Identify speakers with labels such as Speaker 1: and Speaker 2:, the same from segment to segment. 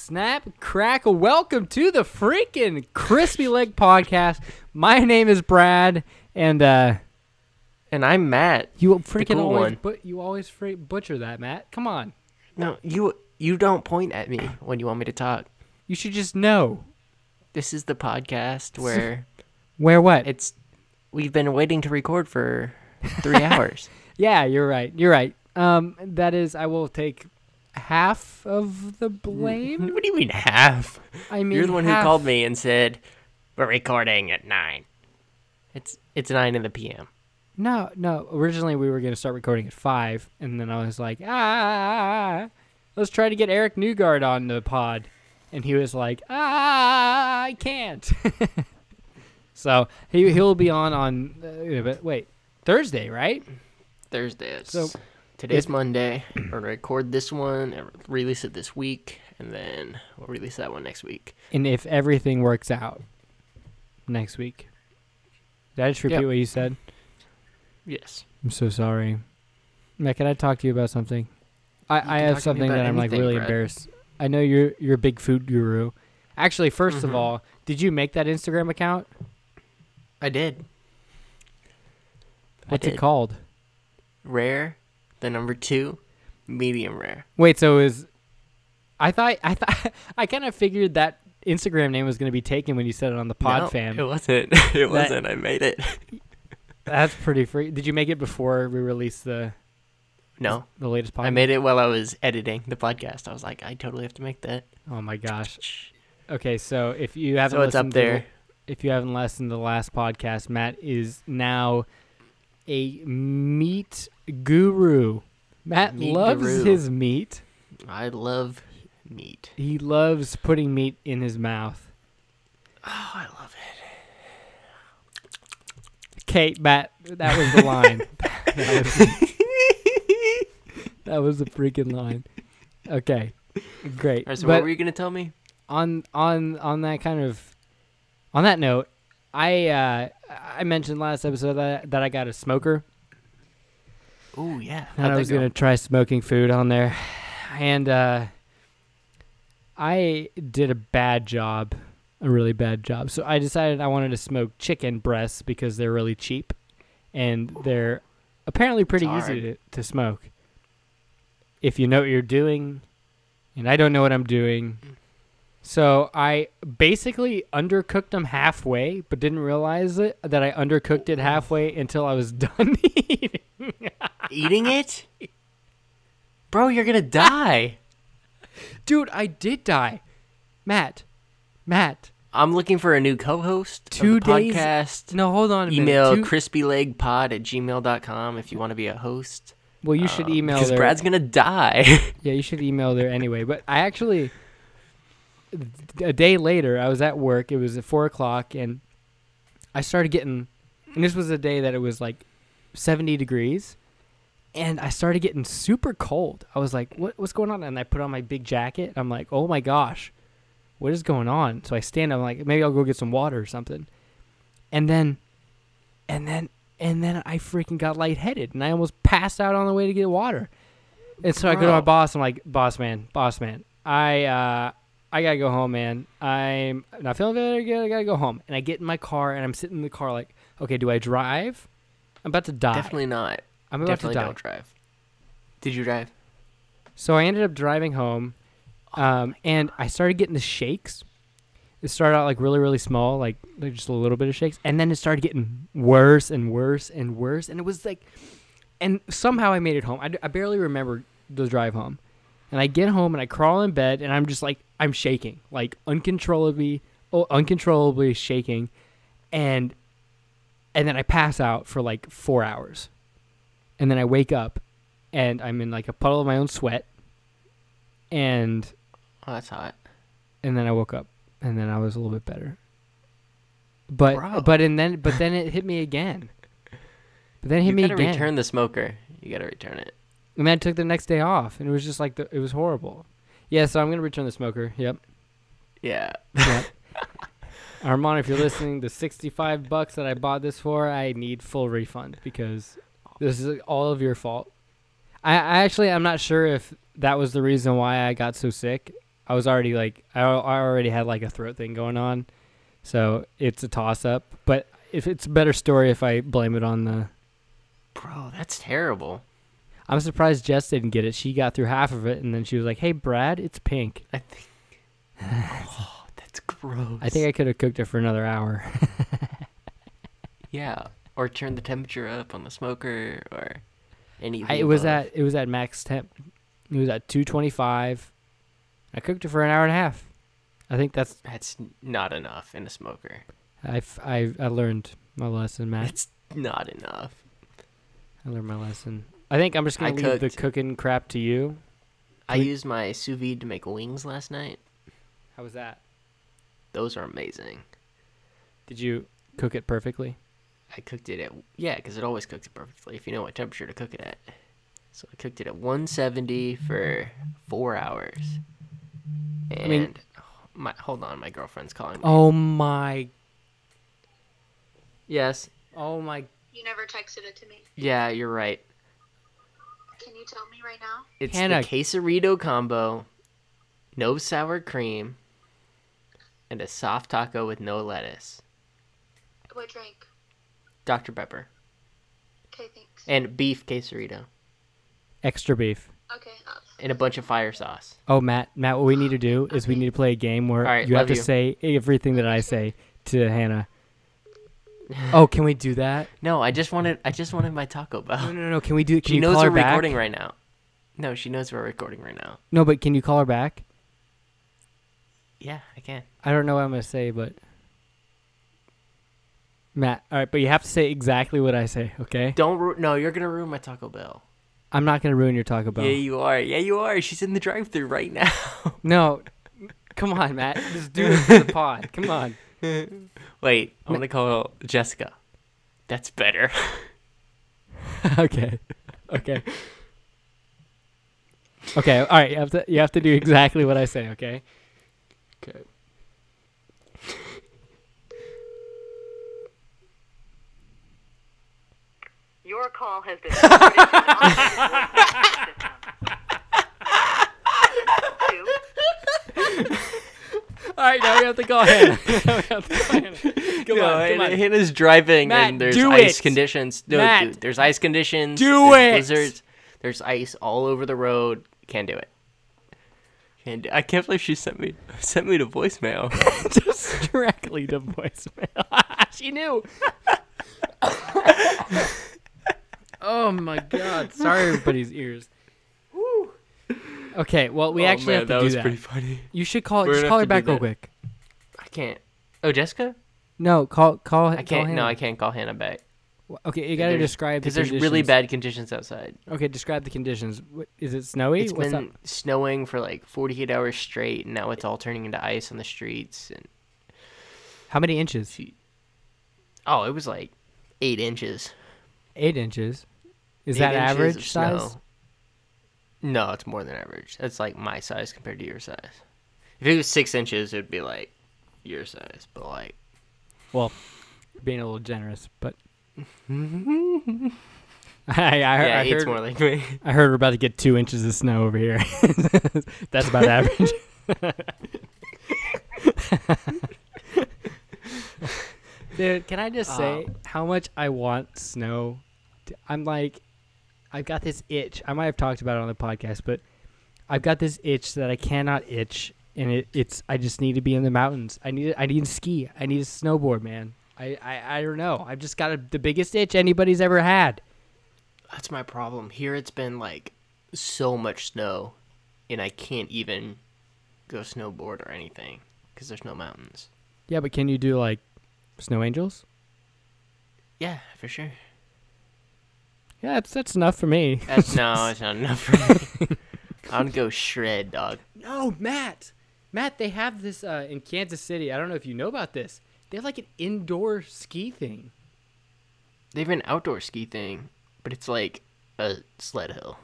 Speaker 1: Snap, crackle. Welcome to the freaking Crispy Leg Podcast. My name is Brad, and uh,
Speaker 2: And I'm Matt.
Speaker 1: you freaking
Speaker 2: cool
Speaker 1: always
Speaker 2: one.
Speaker 1: but you always free- butcher that, Matt. Come on,
Speaker 2: No, you you don't point at me when you want me to talk.
Speaker 1: you should just know
Speaker 2: This is the podcast where
Speaker 1: where what.
Speaker 2: it's we've been waiting to record for 3 hours.
Speaker 1: yeah, you're right. You're right. Um, that is, I will take half of the blame.
Speaker 2: What do you mean half?
Speaker 1: I mean,
Speaker 2: You're the one who
Speaker 1: half-
Speaker 2: called me and said we're recording at 9. It's it's 9 in the PM.
Speaker 1: No, no. Originally, we were going to start recording at five, and then I was like, ah, let's try to get Eric Newgard on the pod, and he was like, ah, I can't. so he he'll be on on uh, but wait Thursday, right?
Speaker 2: Thursday. It's,
Speaker 1: So,
Speaker 2: today's
Speaker 1: if-
Speaker 2: Monday. We're gonna record this one and release it this week and then we'll release that one next week.
Speaker 1: And if everything works out, next week. Did I just repeat
Speaker 2: Yep.
Speaker 1: what you said?
Speaker 2: Yes.
Speaker 1: I'm so sorry. Matt, can I talk to you about something?
Speaker 2: can
Speaker 1: I, I have
Speaker 2: talk to
Speaker 1: something
Speaker 2: me about
Speaker 1: that I'm like
Speaker 2: anything,
Speaker 1: really
Speaker 2: Brad.
Speaker 1: embarrassed. I know you're you're a big food guru. Actually, 1st of
Speaker 2: Mhm.
Speaker 1: all, did you make that Instagram account?
Speaker 2: I did. I
Speaker 1: What's it
Speaker 2: did.
Speaker 1: called?
Speaker 2: rare, the number two, medium rare.
Speaker 1: Wait, so is I thought I thought I kind of figured that Instagram name was going to be taken when you said it on the pod
Speaker 2: No,
Speaker 1: fam.
Speaker 2: It wasn't. It wasn't. I made it.
Speaker 1: That's pretty free. Did you make it before we released the
Speaker 2: No,
Speaker 1: the latest pod?
Speaker 2: I made it while I was editing the podcast. I was like, I totally have to make that.
Speaker 1: Oh my gosh. Okay, so if you haven't
Speaker 2: So it's up
Speaker 1: listened to the-
Speaker 2: there.
Speaker 1: if you haven't listened to the last podcast, Matt is now a meat guru. Matt
Speaker 2: Meat
Speaker 1: loves
Speaker 2: guru.
Speaker 1: his meat.
Speaker 2: I love meat.
Speaker 1: He loves putting meat in his mouth.
Speaker 2: Oh, I love it.
Speaker 1: Kate, Matt, that was the line. that, was, that was the freaking line. Okay, great.
Speaker 2: All right, so
Speaker 1: But-
Speaker 2: what were you gonna tell me?
Speaker 1: on on on that kind of on that note, I uh, I mentioned last episode that that I got a smoker
Speaker 2: Oh yeah,
Speaker 1: and
Speaker 2: how'd
Speaker 1: I
Speaker 2: that
Speaker 1: was
Speaker 2: go?
Speaker 1: gonna try smoking food on there, and uh, I did a bad job, a really bad job. So I decided I wanted to smoke chicken breasts because they're really cheap, and they're apparently pretty
Speaker 2: It's
Speaker 1: easy to, to smoke if you know what you're doing. And I don't know what I'm doing.
Speaker 2: Mm.
Speaker 1: So I basically undercooked them halfway, but didn't realize it that I undercooked it halfway until I was done eating.
Speaker 2: eating it, bro. You're gonna die.
Speaker 1: Dude, I did die. Matt. Matt.
Speaker 2: I'm looking for a new co-host.
Speaker 1: Two
Speaker 2: of the
Speaker 1: days-
Speaker 2: podcast.
Speaker 1: No, hold on a
Speaker 2: Email
Speaker 1: minute. Two-
Speaker 2: crispylegpod at gmail.com if you want to be a host.
Speaker 1: well, you should
Speaker 2: Um,
Speaker 1: email
Speaker 2: because
Speaker 1: there.
Speaker 2: Brad's gonna die.
Speaker 1: yeah, you should email there anyway. But I actually, a day later, I was at work. It was at 4 o'clock, and I started getting, and this was a day that it was like 70 degrees, and I started getting super cold. I was like, what, what's going on? And I put on my big jacket. And I'm like, oh my gosh, what is going on? So I stand up, I'm like, maybe I'll go get some water or something. And then, and then, and then I freaking got lightheaded, and I almost passed out on the way to get water. And so I go to my
Speaker 2: Wow.
Speaker 1: boss. I'm like, boss man, boss man, I uh, I gotta go home, man. I'm not feeling very good. I gotta go home. And I get in my car, and I'm sitting in the car like, okay, do I drive? I'm about to die.
Speaker 2: Definitely not.
Speaker 1: I'm about
Speaker 2: Definitely
Speaker 1: to die.
Speaker 2: don't drive. Did you drive?
Speaker 1: So I ended up driving home, um, and I started getting the shakes. It started out like really, really small, like, like just a little bit of shakes, and then it started getting worse and worse and worse, and it was like, and somehow I made it home. I, d- I barely remember the drive home, and I get home and I crawl in bed and I'm just like I'm shaking, like uncontrollably, oh, uncontrollably shaking, and and then I pass out for like four hours, and then I wake up, and I'm in like a puddle of my own sweat, and
Speaker 2: Oh, that's hot.
Speaker 1: and then I woke up, and then I was a little bit better. But
Speaker 2: Bro.
Speaker 1: but and then but then it hit me again. But then it hit
Speaker 2: you
Speaker 1: me
Speaker 2: gotta
Speaker 1: again,
Speaker 2: return the smoker. You gotta return it.
Speaker 1: and then I took the next day off, and it was just like the, it was horrible. Yeah, so I'm gonna return the smoker. Yep.
Speaker 2: Yeah.
Speaker 1: Yep. Armand, if you're listening, the 65 bucks that I bought this for, I need full refund because this is all of your fault. I, I actually I'm not sure if that was the reason why I got so sick. I was already like I, al- I already had like a throat thing going on, so it's a toss up. But if it's a better story, if I blame it on the,
Speaker 2: Bro, that's terrible.
Speaker 1: I'm surprised Jess didn't get it. She got through half of it, and then she was like, "Hey, Brad, it's pink."
Speaker 2: I think. oh, that's gross.
Speaker 1: I think I could have cooked it for another hour.
Speaker 2: Yeah, or turn the temperature up on the smoker or any. of
Speaker 1: I,
Speaker 2: the
Speaker 1: it was
Speaker 2: above.
Speaker 1: at it was at max temp. It was at 225. I cooked it for an hour and a half. I think that's
Speaker 2: That's n- not enough in a smoker.
Speaker 1: I I I learned my lesson, Matt.
Speaker 2: That's not enough.
Speaker 1: I learned my lesson. I think I'm just
Speaker 2: I
Speaker 1: gonna leave the
Speaker 2: cooked.
Speaker 1: cooking crap to you.
Speaker 2: I
Speaker 1: Tweet-
Speaker 2: used my sous vide to make wings last night.
Speaker 1: How was that?
Speaker 2: Those are amazing.
Speaker 1: Did you cook it perfectly?
Speaker 2: I cooked it at yeah, because it always cooks it perfectly if you know what temperature to cook it at. So I cooked it at 170 for four hours. And oh,
Speaker 1: mean-
Speaker 2: my hold on, my girlfriend's calling me.
Speaker 1: Oh my!
Speaker 2: Yes,
Speaker 1: Oh my!
Speaker 3: You never texted it to me.
Speaker 2: yeah, you're right.
Speaker 3: Can you tell me right now?
Speaker 2: It's
Speaker 1: Hannah-
Speaker 2: the quesarito combo, no sour cream, and a soft taco with no lettuce.
Speaker 3: What drink?
Speaker 2: Dr Pepper
Speaker 3: Okay, thanks.
Speaker 2: and beef quesarito
Speaker 1: Extra beef.
Speaker 3: Okay. Uh,
Speaker 2: and a bunch of fire sauce.
Speaker 1: Oh, Matt, Matt, what we need to do is we
Speaker 3: Okay.
Speaker 1: need to play a game where
Speaker 2: All right,
Speaker 1: you have
Speaker 2: love
Speaker 1: to
Speaker 2: you.
Speaker 1: say everything that I say to Hannah. oh, can we do that?
Speaker 2: No, I just wanted I just wanted my
Speaker 1: No,
Speaker 2: Taco Bell.
Speaker 1: no, no. Can we do? Can
Speaker 2: She
Speaker 1: you
Speaker 2: knows
Speaker 1: call
Speaker 2: we're
Speaker 1: her back?
Speaker 2: recording right now. No, she knows we're recording right now.
Speaker 1: No, but can you call her back?
Speaker 2: Yeah, I can.
Speaker 1: I don't know what I'm gonna say, but Matt. All right, but you have to say exactly what I say, okay?
Speaker 2: Don't ru- no, you're gonna ruin my Taco Bell.
Speaker 1: I'm not gonna ruin your Taco Bell.
Speaker 2: Yeah, you are. Yeah, you are. She's in the drive-through right now.
Speaker 1: No, come on, Matt. Just do it for the pod. Come on.
Speaker 2: Wait, I'm gonna call Jessica. That's better.
Speaker 1: okay, okay, okay. All right, you have to you have to do exactly what I say, okay?
Speaker 2: Okay.
Speaker 4: Your call has been forwarded to an automated voice system. Two,
Speaker 1: All right, now we have to call Hannah. Now we have to call Hannah. Come
Speaker 2: no,
Speaker 1: on, come
Speaker 2: and
Speaker 1: on.
Speaker 2: Hannah's driving,
Speaker 1: Matt,
Speaker 2: and there's
Speaker 1: do
Speaker 2: ice
Speaker 1: it.
Speaker 2: conditions. No,
Speaker 1: Matt,
Speaker 2: dude, there's ice conditions.
Speaker 1: do it.
Speaker 2: there's Blizzards. There's ice all over the road. Can't do it. Can't do- I can't believe she sent me sent me to voicemail.
Speaker 1: Just directly to voicemail. she knew. oh my god! Sorry, everybody's ears. Okay, well, we
Speaker 2: Oh,
Speaker 1: actually
Speaker 2: man,
Speaker 1: have to
Speaker 2: that
Speaker 1: do
Speaker 2: was
Speaker 1: that.
Speaker 2: pretty funny.
Speaker 1: You should call.
Speaker 2: We're
Speaker 1: Just
Speaker 2: gonna
Speaker 1: call her
Speaker 2: have to do
Speaker 1: back real
Speaker 2: that.
Speaker 1: quick.
Speaker 2: I can't. Oh, Jessica?
Speaker 1: No, call call.
Speaker 2: I can't. No, I can't call Hannah back.
Speaker 1: Okay, you gotta
Speaker 2: There's-
Speaker 1: describe the
Speaker 2: Because there's really
Speaker 1: conditions.
Speaker 2: bad conditions outside.
Speaker 1: Okay, describe the conditions. Wh- Is it snowy?
Speaker 2: It's
Speaker 1: What's
Speaker 2: been
Speaker 1: up?
Speaker 2: snowing for like 48 hours straight, and now it's all turning into ice on the streets. And
Speaker 1: How many inches?
Speaker 2: oh, it was like eight inches.
Speaker 1: Eight inches. Is
Speaker 2: Eight
Speaker 1: that
Speaker 2: inches of
Speaker 1: average size?
Speaker 2: snow. No, it's more than average. That's like my size compared to your size. If it was six inches, it'd be like your size, but like
Speaker 1: Well, being a little generous, but. I, I,
Speaker 2: yeah,
Speaker 1: I
Speaker 2: it's
Speaker 1: heard
Speaker 2: more like me.
Speaker 1: I heard we're about to get two inches of snow over here. That's about average. Dude, can I just say how much I want snow? D- I'm like, I've got this itch. I might have talked about it on the podcast, but I've got this itch that I cannot itch, and it, it's I just need to be in the mountains. I need I need to ski. I need to snowboard, man. I, I, I don't know. I've just got a, the biggest itch anybody's ever had.
Speaker 2: That's my problem. Here it's been like so much snow, and I can't even go snowboard or anything because there's no mountains.
Speaker 1: Yeah, but can you do like snow angels?
Speaker 2: Yeah, for sure.
Speaker 1: Yeah, that's that's enough for me.
Speaker 2: That's, no, it's not enough for me. I'd go shred, dog.
Speaker 1: No, Matt, Matt, they have this uh, in Kansas City. I don't know if you know about this. They have like an indoor ski thing.
Speaker 2: They have an outdoor ski thing, but it's like a sled hill.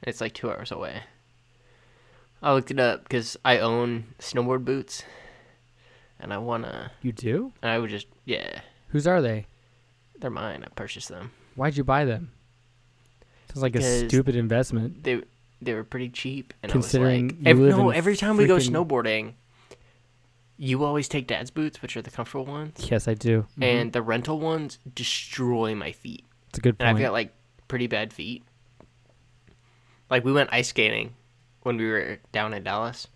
Speaker 2: And it's like two hours away. I looked it up because I own snowboard boots, and I wanna.
Speaker 1: You do?
Speaker 2: And I would just yeah,
Speaker 1: Whose are they?
Speaker 2: they're mine. I purchased them.
Speaker 1: Why'd you buy them? Sounds like a
Speaker 2: Because-
Speaker 1: stupid investment.
Speaker 2: They They were pretty cheap. And
Speaker 1: Considering
Speaker 2: I was
Speaker 1: you
Speaker 2: like, ev-
Speaker 1: live
Speaker 2: no,
Speaker 1: in
Speaker 2: every time we go
Speaker 1: freaking-
Speaker 2: snowboarding, you always take dad's boots, which are the comfortable ones,
Speaker 1: Yes, I do.
Speaker 2: and the rental ones destroy my feet.
Speaker 1: It's a good
Speaker 2: and
Speaker 1: point.
Speaker 2: I've got like pretty bad feet. Like we went ice skating when we were down in Dallas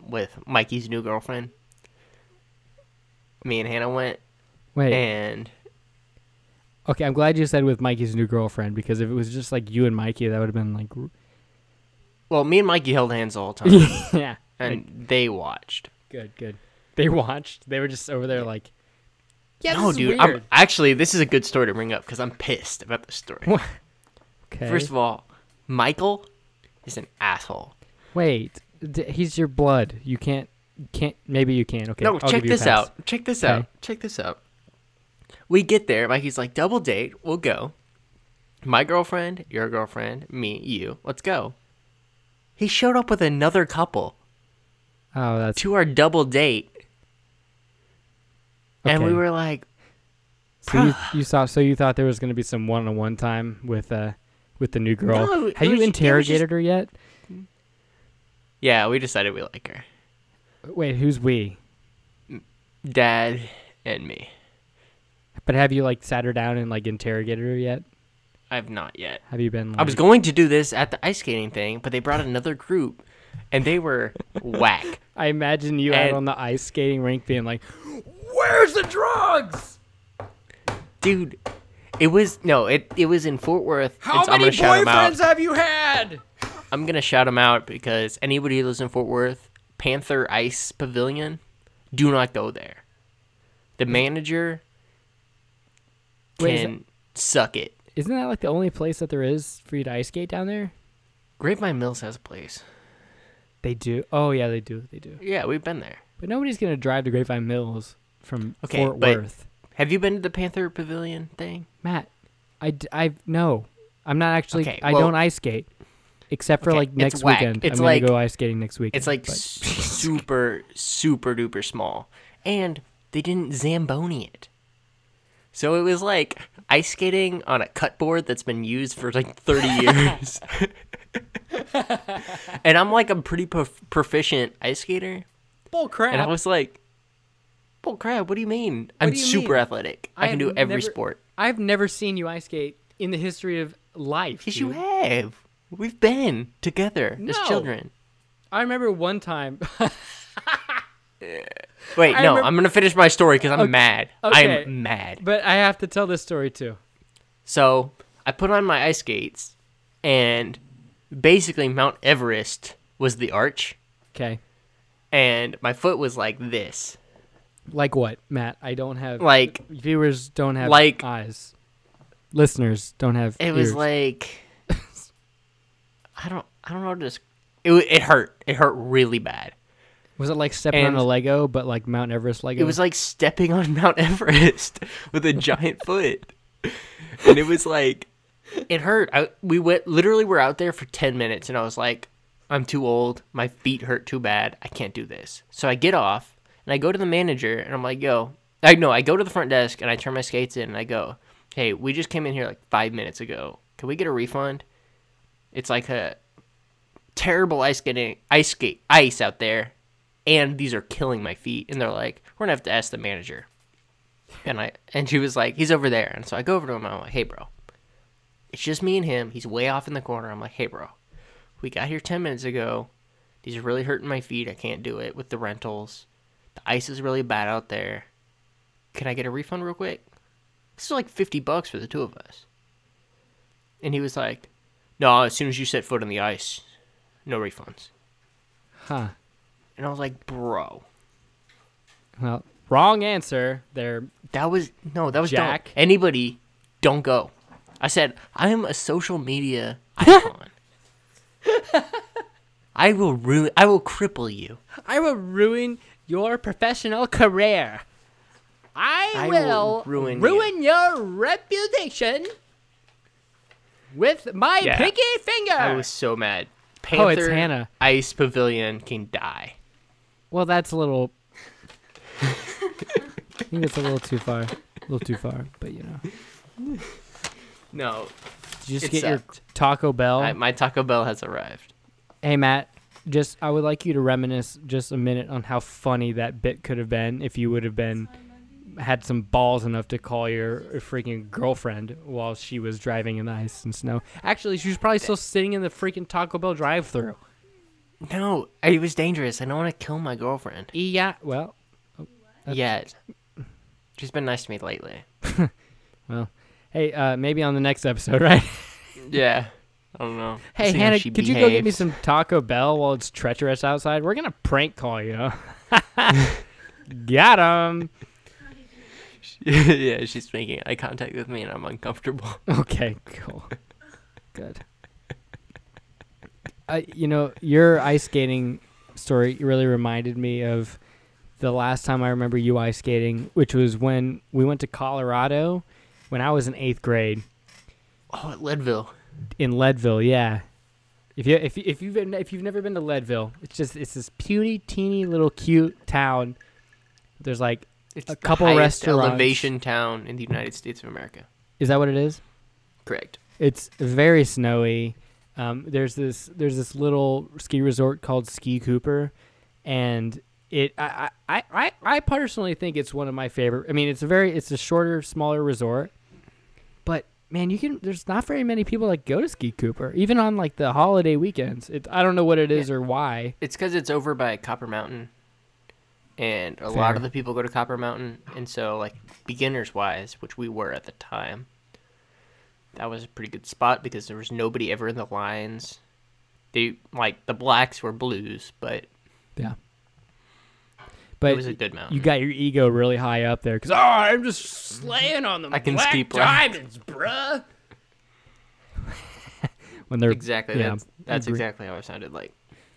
Speaker 2: with Mikey's new girlfriend. Me and Hannah went,
Speaker 1: Wait.
Speaker 2: and
Speaker 1: Okay, I'm glad you said with Mikey's new girlfriend because if it was just like you and Mikey, that would have been like, r-
Speaker 2: well, me and Mikey held hands all the time,
Speaker 1: yeah,
Speaker 2: and they watched.
Speaker 1: good, good. They watched. They were just over there like, yeah,
Speaker 2: no,
Speaker 1: this is
Speaker 2: dude. I'm,
Speaker 1: weird.
Speaker 2: actually, this is a good story to bring up because I'm pissed about this story.
Speaker 1: What? okay.
Speaker 2: First of all, Michael is an asshole.
Speaker 1: wait, d- he's your blood. You can't, can't. Maybe you can. Okay,
Speaker 2: No,
Speaker 1: I'll
Speaker 2: check
Speaker 1: give you a
Speaker 2: this
Speaker 1: pass.
Speaker 2: out. Check this
Speaker 1: Okay.
Speaker 2: out. Check this out. We get there. Mikey's like, double date. We'll go. My girlfriend, your girlfriend, me, you. Let's go. He showed up with another couple
Speaker 1: Oh, that's
Speaker 2: to our double date. And we
Speaker 1: Okay.
Speaker 2: were like,
Speaker 1: so you, you saw. So you thought there was gonna be some one-on-one time with uh with the new girl.
Speaker 2: No, it
Speaker 1: Have you
Speaker 2: was- it was just-
Speaker 1: interrogated her yet?
Speaker 2: yeah, we decided we like her.
Speaker 1: Wait, who's we?
Speaker 2: Dad and me.
Speaker 1: But have you like sat her down and like interrogated her yet?
Speaker 2: I've not yet.
Speaker 1: Have you been? Like,
Speaker 2: I was going to do this at the ice skating thing, but they brought another group and they were whack.
Speaker 1: I imagine you out
Speaker 2: And-
Speaker 1: on the ice skating rink being like,
Speaker 2: Where's the drugs? Dude, it was no, it it was in Fort Worth. How many I'm gonna shout 'em out.
Speaker 1: have you had?
Speaker 2: I'm gonna shout them out because anybody who lives in Fort Worth, Panther Ice Pavilion, do not go there. The manager
Speaker 1: Mm. Wait, is
Speaker 2: can suck it.
Speaker 1: Isn't that like the only place that there is for you to ice skate down there?
Speaker 2: Grapevine Mills has a place.
Speaker 1: They do. Oh yeah, they do. They do.
Speaker 2: Yeah, we've been there.
Speaker 1: But nobody's gonna drive to Grapevine Mills from
Speaker 2: Okay,
Speaker 1: Fort
Speaker 2: but-
Speaker 1: Worth.
Speaker 2: Have you been to the Panther Pavilion thing?
Speaker 1: Matt, I, d- I no, I'm not actually.
Speaker 2: Okay,
Speaker 1: I
Speaker 2: well-
Speaker 1: don't ice skate, except for
Speaker 2: Okay,
Speaker 1: like
Speaker 2: it's
Speaker 1: next
Speaker 2: whack.
Speaker 1: weekend.
Speaker 2: It's
Speaker 1: I'm
Speaker 2: like-
Speaker 1: gonna go ice skating next weekend.
Speaker 2: It's like
Speaker 1: but-
Speaker 2: super, super duper small. And they didn't Zamboni it. So it was like ice skating on a cut board that's been used for like 30 years. and I'm like a pretty prof- proficient ice skater.
Speaker 1: bull
Speaker 2: And I
Speaker 1: crap.
Speaker 2: was like, bull crap, what do you mean? I'm
Speaker 1: do you
Speaker 2: super
Speaker 1: mean?
Speaker 2: athletic. I,
Speaker 1: I
Speaker 2: can do
Speaker 1: have
Speaker 2: every
Speaker 1: never-
Speaker 2: sport.
Speaker 1: I've never seen you ice skate in the history of life.
Speaker 2: Yes, you
Speaker 1: dude.
Speaker 2: have. We've been together as
Speaker 1: No.
Speaker 2: children.
Speaker 1: I remember one time.
Speaker 2: Wait,
Speaker 1: I
Speaker 2: no,
Speaker 1: remem-
Speaker 2: I'm going to finish my story because I'm mad.
Speaker 1: okay.
Speaker 2: I'm mad.
Speaker 1: But I have to tell this story too.
Speaker 2: So I put on my ice skates, and basically Mount Everest was the arch,
Speaker 1: Okay.
Speaker 2: and my foot was like this,
Speaker 1: Like what, Matt? I don't have
Speaker 2: like
Speaker 1: viewers don't have
Speaker 2: Like-
Speaker 1: eyes. Listeners don't have
Speaker 2: it was
Speaker 1: ears.
Speaker 2: like I don't I don't know how to just it wa- it hurt it hurt really bad.
Speaker 1: was it like stepping on
Speaker 2: and-
Speaker 1: a Lego but like Mount Everest Lego?
Speaker 2: It was like stepping on Mount Everest with a giant foot, and it was like it hurt. I, we went literally were out there for ten minutes, and I was like, I'm too old. My feet hurt too bad. I can't do this. So I get off and I go to the manager, and I'm like, Yo, I no. I go to the front desk and I turn my skates in, and I go, Hey, we just came in here like five minutes ago. Can we get a refund? It's like a terrible ice skating ice skate ice out there and these are killing my feet and they're like we're gonna have to ask the manager and i and she was like he's over there and so i go over to him and i'm like hey bro it's just me and him he's way off in the corner i'm like hey bro we got here 10 minutes ago these are really hurting my feet i can't do it with the rentals the ice is really bad out there can i get a refund real quick this is like 50 bucks for the two of us and he was like no as soon as you set foot on the ice no refunds
Speaker 1: huh.
Speaker 2: and i was like bro
Speaker 1: Well, wrong answer. There.
Speaker 2: That was no, that was Jack.
Speaker 1: Jack.
Speaker 2: Anybody, don't go. I said I am a social media icon. I will ruin. I will cripple you.
Speaker 1: I will ruin your professional career. I,
Speaker 2: I will will ruin you. ruin
Speaker 1: your reputation with my
Speaker 2: Yeah. pinky
Speaker 1: finger.
Speaker 2: I was so mad. Panther
Speaker 1: Oh, it's Hannah.
Speaker 2: Ice Pavilion can die.
Speaker 1: Well, that's a little. I think it's a little too far. A little too far, but you know.
Speaker 2: No,
Speaker 1: Did you just
Speaker 2: It
Speaker 1: get
Speaker 2: sucked.
Speaker 1: your Taco Bell?
Speaker 2: I, my Taco Bell has arrived.
Speaker 1: hey Matt, just I would like you to reminisce just a minute on how funny that bit could have been if you would have been had some balls enough to call your freaking girlfriend while she was driving in the ice and snow. Actually, she was probably still sitting in the freaking Taco Bell drive-through.
Speaker 2: No, it was dangerous. I don't want to kill my girlfriend
Speaker 1: Yeah, well,
Speaker 2: yet. She's been nice to me lately.
Speaker 1: hey, uh, maybe on the next episode, right?
Speaker 2: Yeah. I don't know.
Speaker 1: Hey,
Speaker 2: See how
Speaker 1: Hannah,
Speaker 2: she
Speaker 1: could you go get me
Speaker 2: behaves.
Speaker 1: some Taco Bell while it's treacherous outside? We're gonna prank call you. Got him.
Speaker 2: yeah, she's making eye contact with me and I'm uncomfortable.
Speaker 1: Okay, cool. Good. I, you know, your ice skating story really reminded me of the last time I remember you ice skating, which was when we went to Colorado when I was in eighth grade
Speaker 2: Oh, at Leadville.
Speaker 1: in Leadville. Yeah. If you if you, if you've been, if you've never been to Leadville, it's just it's this puny, teeny little cute town. There's like,
Speaker 2: It's
Speaker 1: A
Speaker 2: a
Speaker 1: couple
Speaker 2: couple the highest
Speaker 1: restaurants.
Speaker 2: elevation town in the United States of America.
Speaker 1: is that what it is?
Speaker 2: Correct.
Speaker 1: It's very snowy. Um, there's this there's this little ski resort called Ski Cooper, and it I, I, I, I personally think it's one of my favorite. I mean, it's a very it's a shorter, smaller resort, but man, you can there's not very many people that go to Ski Cooper even on like the holiday weekends. It's I don't know what it is or why.
Speaker 2: It's because it's over by Copper Mountain, and a lot
Speaker 1: Fair.
Speaker 2: of the people go to Copper Mountain, and so like beginners wise, which we were at the time, that was a pretty good spot because there was nobody ever in the lines. They like the blacks were blues, but
Speaker 1: Yeah. But
Speaker 2: it was a good mountain.
Speaker 1: you got your ego really high up there because oh, I'm just slaying on them
Speaker 2: I can
Speaker 1: black
Speaker 2: ski black.
Speaker 1: diamonds, bruh. when they're
Speaker 2: exactly.
Speaker 1: yeah,
Speaker 2: that's that's
Speaker 1: agree.
Speaker 2: exactly how it sounded like.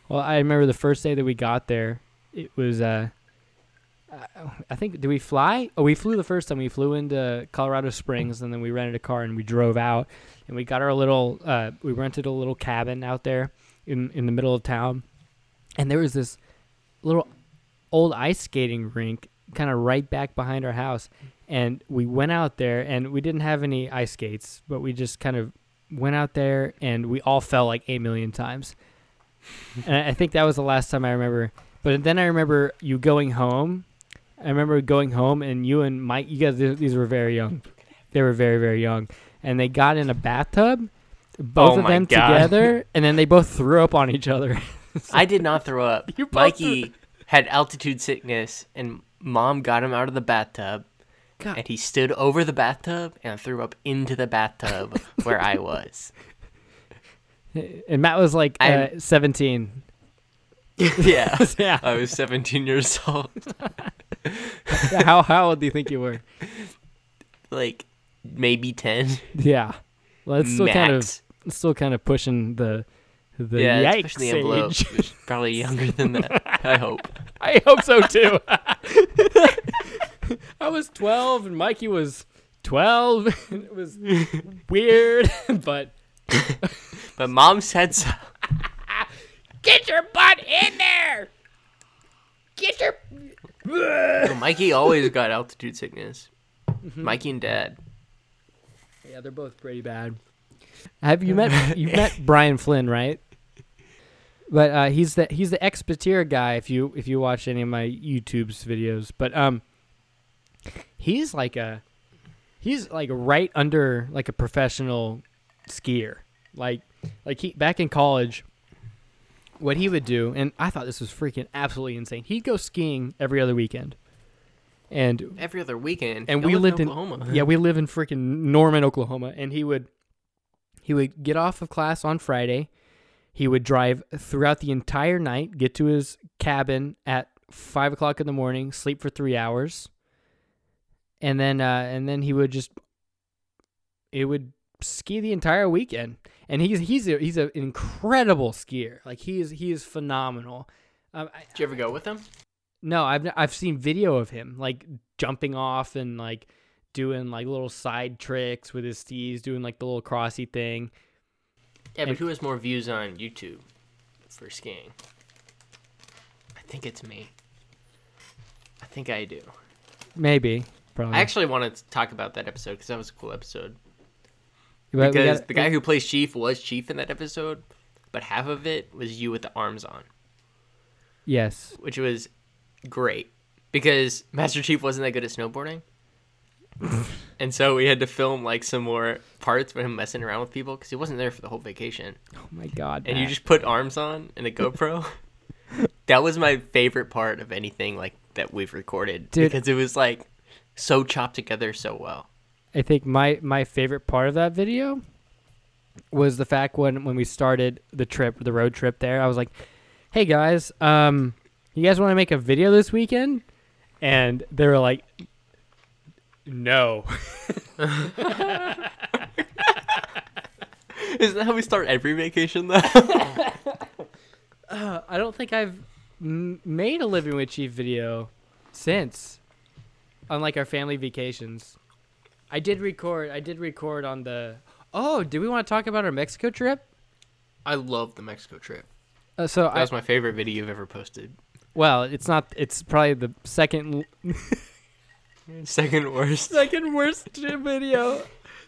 Speaker 1: Well, I remember the first day that we got there, it was uh, I- I think did we fly? Oh, we flew the first time. We flew into Colorado Springs, and then we rented a car and we drove out, and we got our little uh, we rented a little cabin out there in in the middle of town, and there was this little old ice skating rink kind of right back behind our house, and we went out there and we didn't have any ice skates, but we just kind of went out there and we all fell like eight million times and I I think that was the last time I remember. But then I remember you going home. I remember going home, and you and Mike, you guys, th- these were very young. They were very, very young, and they got in a bathtub, both
Speaker 2: Oh
Speaker 1: of
Speaker 2: my
Speaker 1: them
Speaker 2: God.
Speaker 1: together, and then they both threw up on each other.
Speaker 2: I did not throw up.
Speaker 1: You both
Speaker 2: Mikey had altitude sickness, and mom got him out of the bathtub,
Speaker 1: God.
Speaker 2: and he stood over the bathtub and threw up into the bathtub where I was.
Speaker 1: And Matt was like uh,
Speaker 2: I'm-
Speaker 1: seventeen.
Speaker 2: Yeah,
Speaker 1: Yeah.
Speaker 2: I was 17 years old,
Speaker 1: how how old do you think you were?
Speaker 2: like maybe 10.
Speaker 1: Yeah. Well, it's still kind of
Speaker 2: Max.
Speaker 1: it's still kind of pushing the the
Speaker 2: yeah, it's
Speaker 1: yikes
Speaker 2: pushing the envelope.
Speaker 1: age.
Speaker 2: It's Probably younger than that. I hope.
Speaker 1: I hope so too. I was 12 and Mikey was 12. and it was weird, but
Speaker 2: But mom said so.
Speaker 1: get your butt in there. Get your
Speaker 2: Mikey always got altitude sickness.
Speaker 1: Mm-hmm.
Speaker 2: Mikey and dad.
Speaker 1: Yeah, they're both pretty bad. Have you met you met Brian Flynn, right? But uh, he's the he's the Expeteer guy. If you if you watch any of my YouTube's videos, but um, he's like a he's like right under like a professional skier. Like like he back in college, what he would do, and I thought this was freaking absolutely insane. He'd go skiing every other weekend, and
Speaker 2: Every other weekend.
Speaker 1: and
Speaker 2: y'all
Speaker 1: we lived
Speaker 2: lived in
Speaker 1: in
Speaker 2: Oklahoma.
Speaker 1: yeah we live in freaking norman oklahoma and he would he would get off of class on friday he would drive throughout the entire night get to his cabin at five o'clock in the morning sleep for three hours and then uh and then he would just it would ski the entire weekend and he's he's a, he's an incredible skier like he is he is phenomenal um, I,
Speaker 2: Did you ever go with them?
Speaker 1: no, I've I've seen video of him like jumping off and like doing like little side tricks with his skis, doing like the little crossy thing.
Speaker 2: Yeah, but
Speaker 1: And-
Speaker 2: who has more views on YouTube for skiing? I think it's me. I think I do.
Speaker 1: Maybe, probably.
Speaker 2: Uh-huh. I actually want to talk about that episode because that was a cool episode.
Speaker 1: But we
Speaker 2: because
Speaker 1: gotta-
Speaker 2: the guy who plays Chief was Chief in that episode, but half of it was you with the arms on,
Speaker 1: yes,
Speaker 2: which was great because Master Chief wasn't that good at snowboarding. and so we had to film like some more parts with him messing around with people because he wasn't there for the whole vacation.
Speaker 1: oh my god,
Speaker 2: And you
Speaker 1: Matt.
Speaker 2: just put arms on and a GoPro. that was my favorite part of anything like that we've recorded
Speaker 1: Dude.
Speaker 2: because it was like so chopped together so well.
Speaker 1: I think my my favorite part of that video was the fact when when we started the trip, the road trip there. I was like, "Hey guys, um, you guys want to make a video this weekend?" And they were like, "No."
Speaker 2: Isn't that how we start every vacation though?
Speaker 1: I don't think I've m- made a living with Chief video since, unlike our family vacations. I did record. I did record on the. Oh, do we want to talk about our Mexico trip?
Speaker 2: I love the Mexico trip.
Speaker 1: Uh, so
Speaker 2: That
Speaker 1: I,
Speaker 2: was my favorite video you've ever posted.
Speaker 1: well, it's not. It's probably the second l-
Speaker 2: Second worst.
Speaker 1: second worst video.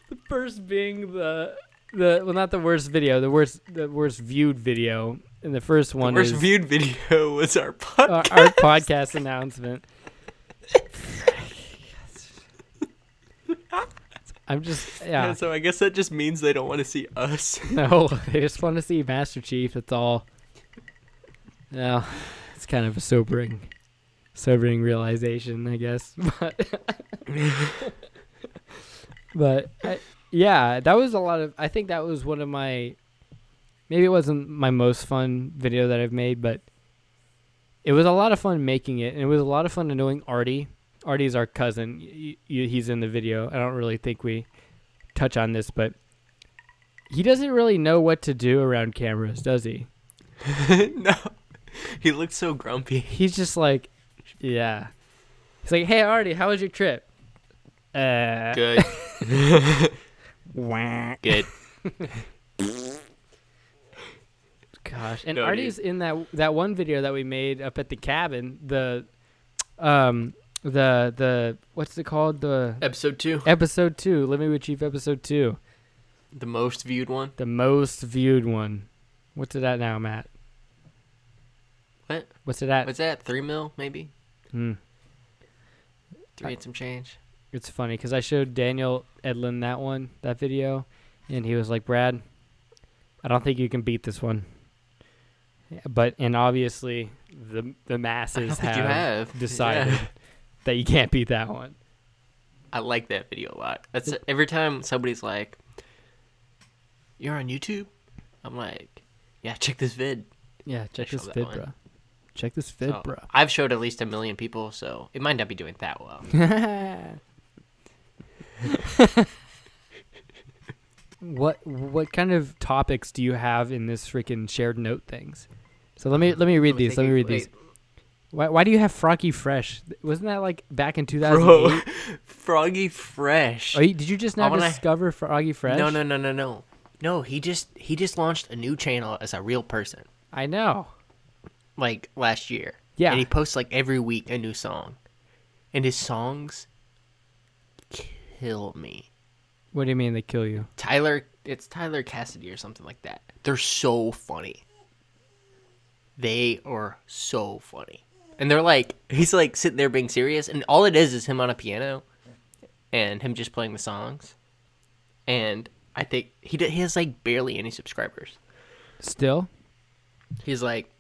Speaker 1: The first being the the well, not the worst video, the worst the worst viewed video, and the first one
Speaker 2: worst
Speaker 1: is Uh,
Speaker 2: viewed video was our
Speaker 1: our,
Speaker 2: podcast.
Speaker 1: our podcast announcement. I'm just yeah.
Speaker 2: And so I guess that just means they don't want to see us.
Speaker 1: No, they just want to see Master Chief. That's all. No, it's kind of a sobering, sobering realization, I guess. But, but I, yeah, that was a lot of. I think that was one of my. Maybe it wasn't my most fun video that I've made, but it was a lot of fun making it, and it was a lot of fun knowing Artie. Artie's our cousin. Y- y- he's in the video. I don't really think we touch on this, but he doesn't really know what to do around cameras, does he?
Speaker 2: no. He looked so grumpy.
Speaker 1: He's just like, yeah. He's like, hey, Artie, how was your trip? Uh,
Speaker 2: Good.
Speaker 1: wah.
Speaker 2: Good.
Speaker 1: gosh. And
Speaker 2: No, dude.
Speaker 1: Artie's in that that one video that we made up at the cabin. The, um, the the what's it called? The
Speaker 2: Episode two.
Speaker 1: episode two, Living with Chief episode two,
Speaker 2: The most viewed one.
Speaker 1: the most viewed one. What's it at now, Matt?
Speaker 2: What?
Speaker 1: What's it at?
Speaker 2: What's that? Three mil, maybe?
Speaker 1: Hmm.
Speaker 2: Three and some change.
Speaker 1: It's funny because I showed Daniel Edlin that one, that video, and he was like, "Brad, I don't think you can beat this one." Yeah, But and obviously the the
Speaker 2: I don't
Speaker 1: masses
Speaker 2: think
Speaker 1: have,
Speaker 2: you have.
Speaker 1: decided
Speaker 2: Yeah.
Speaker 1: that you can't beat that one.
Speaker 2: I like that video a lot. That's every time somebody's like, "You're on YouTube," I'm like, "Yeah, check this vid."
Speaker 1: Yeah, check
Speaker 2: showed
Speaker 1: this
Speaker 2: that
Speaker 1: vid,
Speaker 2: one.
Speaker 1: bruh. Check this vid,
Speaker 2: So,
Speaker 1: bruh.
Speaker 2: I've showed at least a million people, so it might not be doing that well.
Speaker 1: what what kind of topics do you have in this freaking shared note things? So let me let me read
Speaker 2: I'm
Speaker 1: these. Let me
Speaker 2: thinking,
Speaker 1: read these. Why, why do you have Froggy Fresh? Th- Wasn't that like back in
Speaker 2: wait,
Speaker 1: 2008?
Speaker 2: bro, Froggy Fresh.
Speaker 1: Oh, you- did you just
Speaker 2: I
Speaker 1: now
Speaker 2: wanna-
Speaker 1: discover Froggy Fresh?
Speaker 2: No, no, no, no, no, no. He just he just launched a new channel as a real person,
Speaker 1: I know.
Speaker 2: like last year.
Speaker 1: Yeah.
Speaker 2: and he posts like every week a new song, and his songs kill me.
Speaker 1: What do you mean they kill you?
Speaker 2: Tyler, it's Tyler Cassidy or something like that. They're so funny. They are so funny. And they're like, he's like sitting there being serious, and all it is is him on a piano and him just playing the songs. And I think he, d- he has like barely any subscribers.
Speaker 1: Still?
Speaker 2: He's like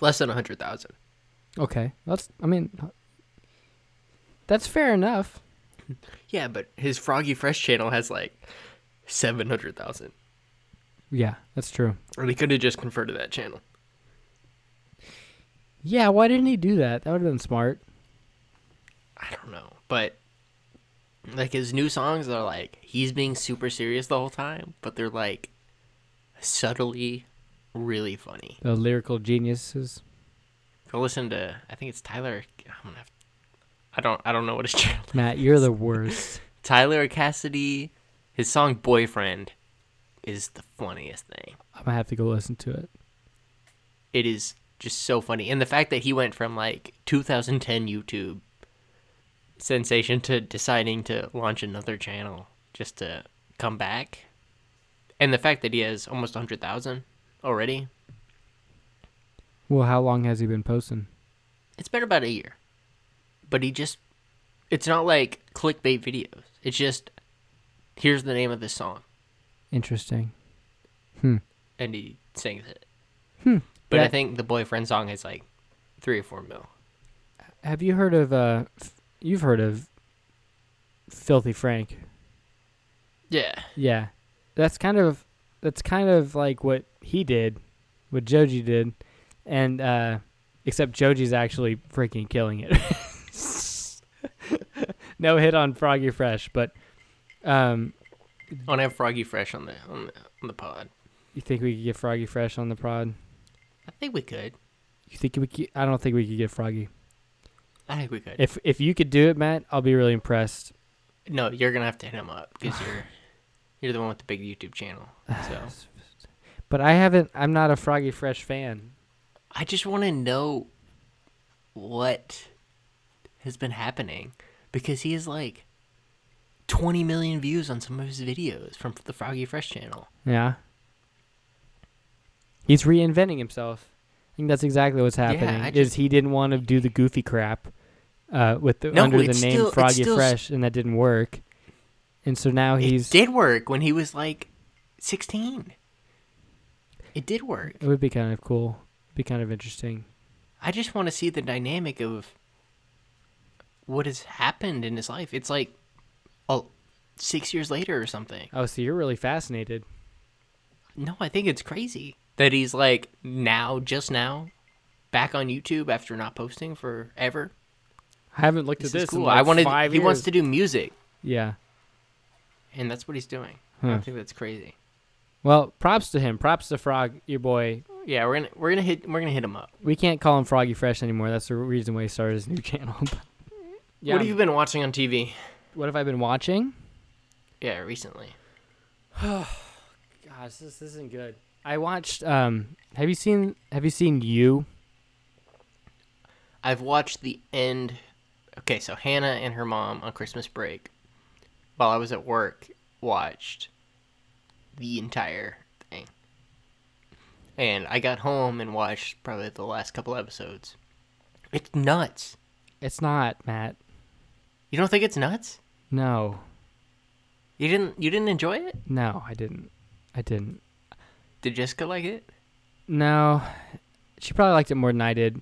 Speaker 2: less than 100,000.
Speaker 1: Okay. That's I mean That's fair enough.
Speaker 2: Yeah, but his Froggy Fresh channel has like 700,000.
Speaker 1: Yeah, that's true.
Speaker 2: And he could have just converted that channel.
Speaker 1: Yeah, why didn't he do that? That would have been smart.
Speaker 2: I don't know, but like his new songs are like he's being super serious the whole time, but they're like subtly really funny.
Speaker 1: The lyrical geniuses.
Speaker 2: Go listen to I think it's Tyler. I'm gonna have, I don't I don't know what his channel.
Speaker 1: Matt, you're the worst.
Speaker 2: Tyler Cassidy, his song "Boyfriend" is the funniest thing.
Speaker 1: I'm gonna have to go listen to it.
Speaker 2: It is just so funny, and the fact that he went from like 2010 YouTube sensation to deciding to launch another channel just to come back, and the fact that he has almost hundred thousand already,
Speaker 1: Well, how long has he been posting?
Speaker 2: it's been about a year. But he just, it's not like clickbait videos. It's just, here's the name of this song,
Speaker 1: Interesting.
Speaker 2: and he sings it.
Speaker 1: Hmm.
Speaker 2: But I
Speaker 1: Yeah.
Speaker 2: think the boyfriend song is like three or four mil.
Speaker 1: Have you heard of uh? f- You've heard of Filthy Frank?
Speaker 2: Yeah.
Speaker 1: Yeah, that's kind of that's kind of like what he did, what Joji did, and uh, except Joji's actually freaking killing it. no hit on Froggy Fresh, but um,
Speaker 2: I want to have Froggy Fresh on the on the, on the pod.
Speaker 1: you think we could get Froggy Fresh on the prod?
Speaker 2: I think we could.
Speaker 1: You think we? Could, I don't think we could get Froggy.
Speaker 2: I think we could.
Speaker 1: If if you could do it, Matt, I'll be really impressed.
Speaker 2: no, you're gonna have to hit him up because you're you're the one with the big YouTube channel. So
Speaker 1: But I haven't. I'm not a Froggy Fresh fan.
Speaker 2: I just want to know what has been happening because he has like 20 million views on some of his videos from the Froggy Fresh channel.
Speaker 1: Yeah. He's reinventing himself. I think that's exactly what's happening.
Speaker 2: I
Speaker 1: is he didn't want to do the goofy crap uh, with the
Speaker 2: No,
Speaker 1: under the name
Speaker 2: it's still- it's
Speaker 1: Froggy
Speaker 2: still s-
Speaker 1: Fresh, and that didn't work. And so now he's.
Speaker 2: It did work when he was like 16. It did work.
Speaker 1: It would be kind of cool. Be kind of interesting.
Speaker 2: I just want to see the dynamic of what has happened in his life. It's like oh, six years later or something.
Speaker 1: Oh, so you're really fascinated.
Speaker 2: No, I think it's crazy that he's like now, just now, back on YouTube after not posting forever.
Speaker 1: I haven't looked
Speaker 2: This
Speaker 1: at this.
Speaker 2: is
Speaker 1: in
Speaker 2: cool.
Speaker 1: like
Speaker 2: I wanted.
Speaker 1: Five
Speaker 2: he wants
Speaker 1: years.
Speaker 2: to do music,
Speaker 1: Yeah.
Speaker 2: and that's what he's doing. I
Speaker 1: Huh.
Speaker 2: think that's crazy.
Speaker 1: Well, props to him. Props to Frog, your boy.
Speaker 2: Yeah, we're gonna we're gonna hit we're gonna hit him up.
Speaker 1: We can't call him Froggy Fresh anymore. That's the reason why he started his new channel. yeah.
Speaker 2: What have you been watching on TV?
Speaker 1: What have I been watching?
Speaker 2: Yeah, recently.
Speaker 1: Gosh, this isn't good. I watched. Um, have you seen? Have you seen you?
Speaker 2: I've watched the end. Okay, so Hannah and her mom on Christmas break, while I was at work, watched the entire thing. And I got home and watched probably the last couple episodes. It's nuts.
Speaker 1: It's not Matt.
Speaker 2: You don't think it's nuts?
Speaker 1: No,
Speaker 2: You didn't you didn't enjoy it?
Speaker 1: no, I didn't. I didn't.
Speaker 2: Did Jessica like it?
Speaker 1: No, she probably liked it more than I did.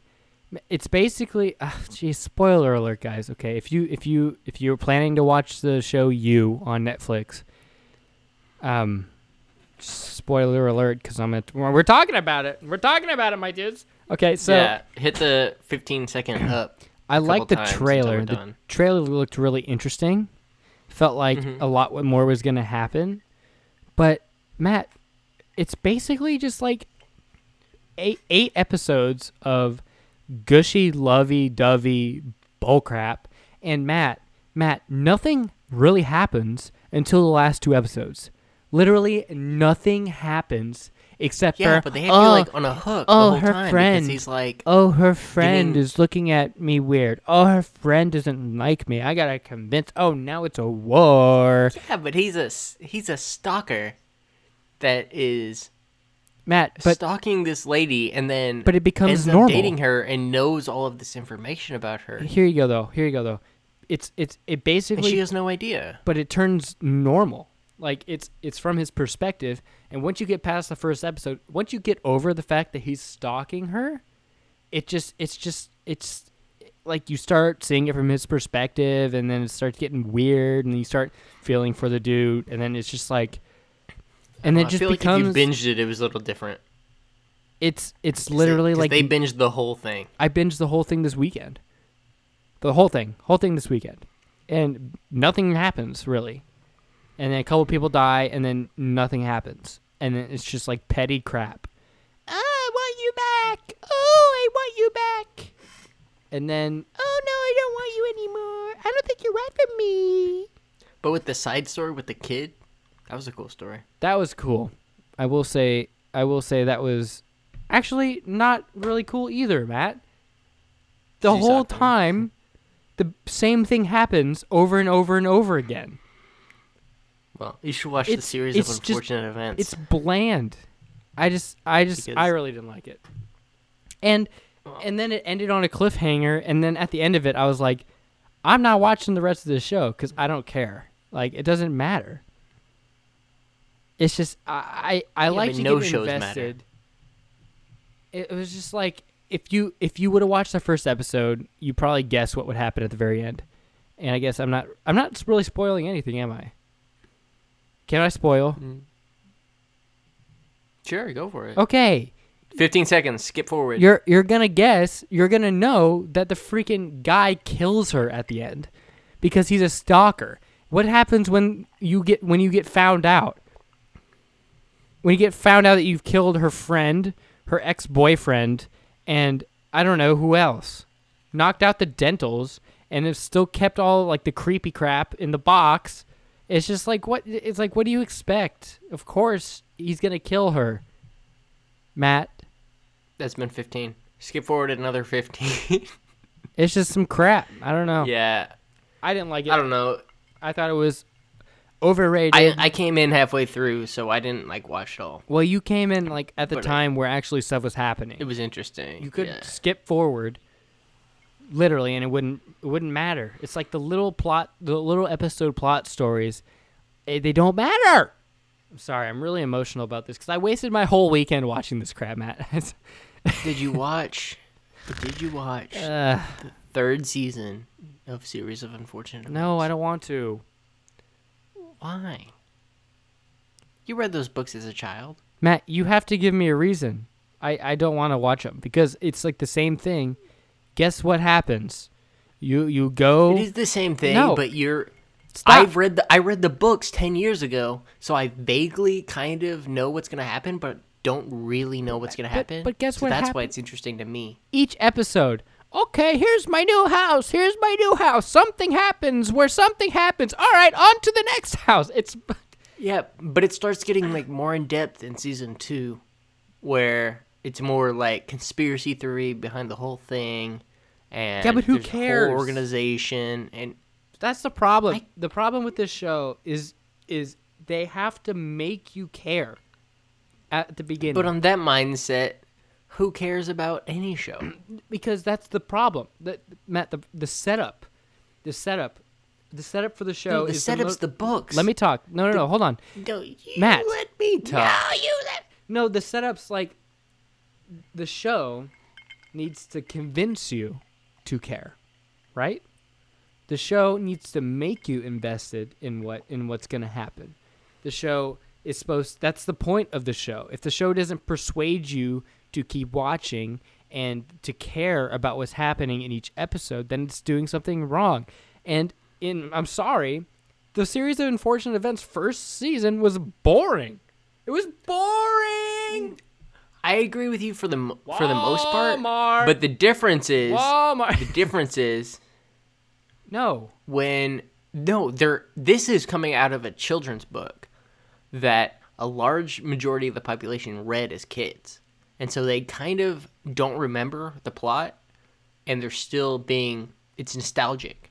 Speaker 1: M- It's basically. Uh, geez, spoiler alert, guys. Okay, if you if you if you're planning to watch the show you on Netflix, um, spoiler alert, because I'm at. We're talking about it. We're talking about it, my dudes. Okay, so.
Speaker 2: yeah, hit the 15 second up.
Speaker 1: I
Speaker 2: couple
Speaker 1: like the
Speaker 2: times until
Speaker 1: trailer.
Speaker 2: we're
Speaker 1: The
Speaker 2: done.
Speaker 1: trailer looked really interesting. Felt like
Speaker 2: Mm-hmm.
Speaker 1: a lot wa- more was going to happen. But Matt, it's basically just like eight, eight episodes of gushy, lovey dovey bullcrap. And Matt, Matt, nothing really happens until the last two episodes. Literally nothing happens except
Speaker 2: Yeah,
Speaker 1: for
Speaker 2: but they have you
Speaker 1: "Oh,
Speaker 2: like on a hook
Speaker 1: oh,
Speaker 2: the whole
Speaker 1: her
Speaker 2: time
Speaker 1: friend.
Speaker 2: because he's like,
Speaker 1: Oh, her friend
Speaker 2: Getting-
Speaker 1: is looking at me weird. Oh, her friend doesn't like me. I gotta convince. Oh, now it's a war.
Speaker 2: yeah, but he's a s- he's a stalker that is
Speaker 1: Matt, but
Speaker 2: stalking this lady and then
Speaker 1: but it becomes
Speaker 2: ends up
Speaker 1: normal.
Speaker 2: dating her and knows all of this information about her
Speaker 1: here you go though. Here you go though. It's it's it
Speaker 2: and
Speaker 1: basically.
Speaker 2: she has no idea
Speaker 1: but it turns normal. Like it's it's from his perspective. And once you get past the first episode, once you get over the fact that he's stalking her, it just it's just it's like you start seeing it from his perspective and then it starts getting weird and you start feeling for the dude and then it's just like and then
Speaker 2: i
Speaker 1: just
Speaker 2: feel
Speaker 1: becomes
Speaker 2: like if you binged it it was a little different
Speaker 1: it's it's
Speaker 2: 'Cause they-
Speaker 1: literally
Speaker 2: 'cause
Speaker 1: like
Speaker 2: they binged the whole thing
Speaker 1: I binged the whole thing this weekend. The whole thing, whole thing this weekend, and nothing happens really. And then a couple people die, and then nothing happens, and then it's just like petty crap. "Oh, I want you back. Oh, I want you back. And then, oh no, I don't want you anymore. I don't think you're right for me.
Speaker 2: but with the side story with the kid that was a cool story
Speaker 1: That was cool. I will say, I will say that was actually not really cool either, Matt. The
Speaker 2: She
Speaker 1: whole
Speaker 2: sucked, huh?
Speaker 1: time, the same thing happens over and over and over again.
Speaker 2: Well, you should watch the
Speaker 1: It's-
Speaker 2: series
Speaker 1: it's
Speaker 2: of
Speaker 1: just-
Speaker 2: unfortunate events.
Speaker 1: It's bland. I just, I just, I
Speaker 2: Because-
Speaker 1: really didn't like it. And and then it ended on a cliffhanger. And then at the end of it, I was like, I'm not watching the rest of the show because I don't care. Like it doesn't matter. It's just I I, I like
Speaker 2: but
Speaker 1: to
Speaker 2: no
Speaker 1: get
Speaker 2: shows matter.
Speaker 1: invested. It, it was just like if you if you would have watched the first episode, you probably guess what would happen at the very end. And I guess I'm not I'm not really spoiling anything, am I? Can I spoil?
Speaker 2: Mm. sure, go for it.
Speaker 1: Okay.
Speaker 2: 15 seconds. Skip forward.
Speaker 1: You're you're gonna guess. You're gonna know that the freaking guy kills her at the end, because he's a stalker. What happens when you get when you get found out? When you get found out that you've killed her friend, her ex boyfriend, and I don't know who else, knocked out the dentals, and have still kept all like the creepy crap in the box. It's just like what it's like. What do you expect? Of course he's gonna kill her. Matt.
Speaker 2: That's been 15. Skip forward another 15.
Speaker 1: It's just some crap. I don't know.
Speaker 2: yeah.
Speaker 1: I didn't like it.
Speaker 2: I don't know.
Speaker 1: I thought it was overrated.
Speaker 2: I, I came in halfway through, so I didn't like watch it all.
Speaker 1: well, you came in like at the
Speaker 2: But it-
Speaker 1: time where actually stuff was
Speaker 2: It
Speaker 1: happening.
Speaker 2: was interesting.
Speaker 1: You could
Speaker 2: Yeah.
Speaker 1: skip forward, literally, and it wouldn't it wouldn't matter. It's like the little plot, the little episode plot stories. eh, They don't matter. I'm sorry. I'm really emotional about this because I wasted my whole weekend watching this crap, Matt.
Speaker 2: Did you watch? Did you watch
Speaker 1: uh,
Speaker 2: third season of Series of Unfortunate Events?
Speaker 1: no, I don't want to.
Speaker 2: Why? You read those books as a child.
Speaker 1: Matt, you have to give me a reason. I, I don't want to watch them because it's like the same thing. Guess what happens? You you go.
Speaker 2: It is the same thing,
Speaker 1: No.
Speaker 2: but you're.
Speaker 1: Stop.
Speaker 2: I've read the I read the books ten years ago, so I vaguely kind of know what's gonna happen, but don't really know what's gonna
Speaker 1: But-
Speaker 2: happen.
Speaker 1: but guess
Speaker 2: so
Speaker 1: what
Speaker 2: That's why
Speaker 1: happened?
Speaker 2: it's interesting to me.
Speaker 1: Each episode. Okay, here's my new house. Here's my new house. Something happens where something happens. All right, on to the next house. It's
Speaker 2: Yeah, but it starts getting like more in depth in season two, where it's more like conspiracy theory behind the whole thing, and
Speaker 1: but who
Speaker 2: there's a whole
Speaker 1: cares?
Speaker 2: organization and
Speaker 1: that's the problem. the problem with this show is is they have to make you care at the beginning.
Speaker 2: but um, on that mindset, who cares about any show?
Speaker 1: because that's the problem. That Matt, the the setup, the setup, the setup for the show.
Speaker 2: the
Speaker 1: is
Speaker 2: setup's
Speaker 1: most-
Speaker 2: the books.
Speaker 1: Let me talk. No, no, no. Hold on.
Speaker 2: No, you
Speaker 1: Matt.
Speaker 2: let me talk. No, you let.
Speaker 1: No, the setup's like the show needs to convince you to care, right? The show needs to make you invested in what in what's going to happen. The show is supposed that's the point of the show. If the show doesn't persuade you to keep watching and to care about what's happening in each episode, then it's doing something wrong. And in I'm sorry, the series of unfortunate events first season was boring. It was boring.
Speaker 2: I agree with you for the mo- for the most part,
Speaker 1: Walmart.
Speaker 2: but the difference is the
Speaker 1: Walmart.
Speaker 2: difference is
Speaker 1: Oh No.
Speaker 2: when no, there this is coming out of a children's book that a large majority of the population read as kids. And so they kind of don't remember the plot and they're still being it's nostalgic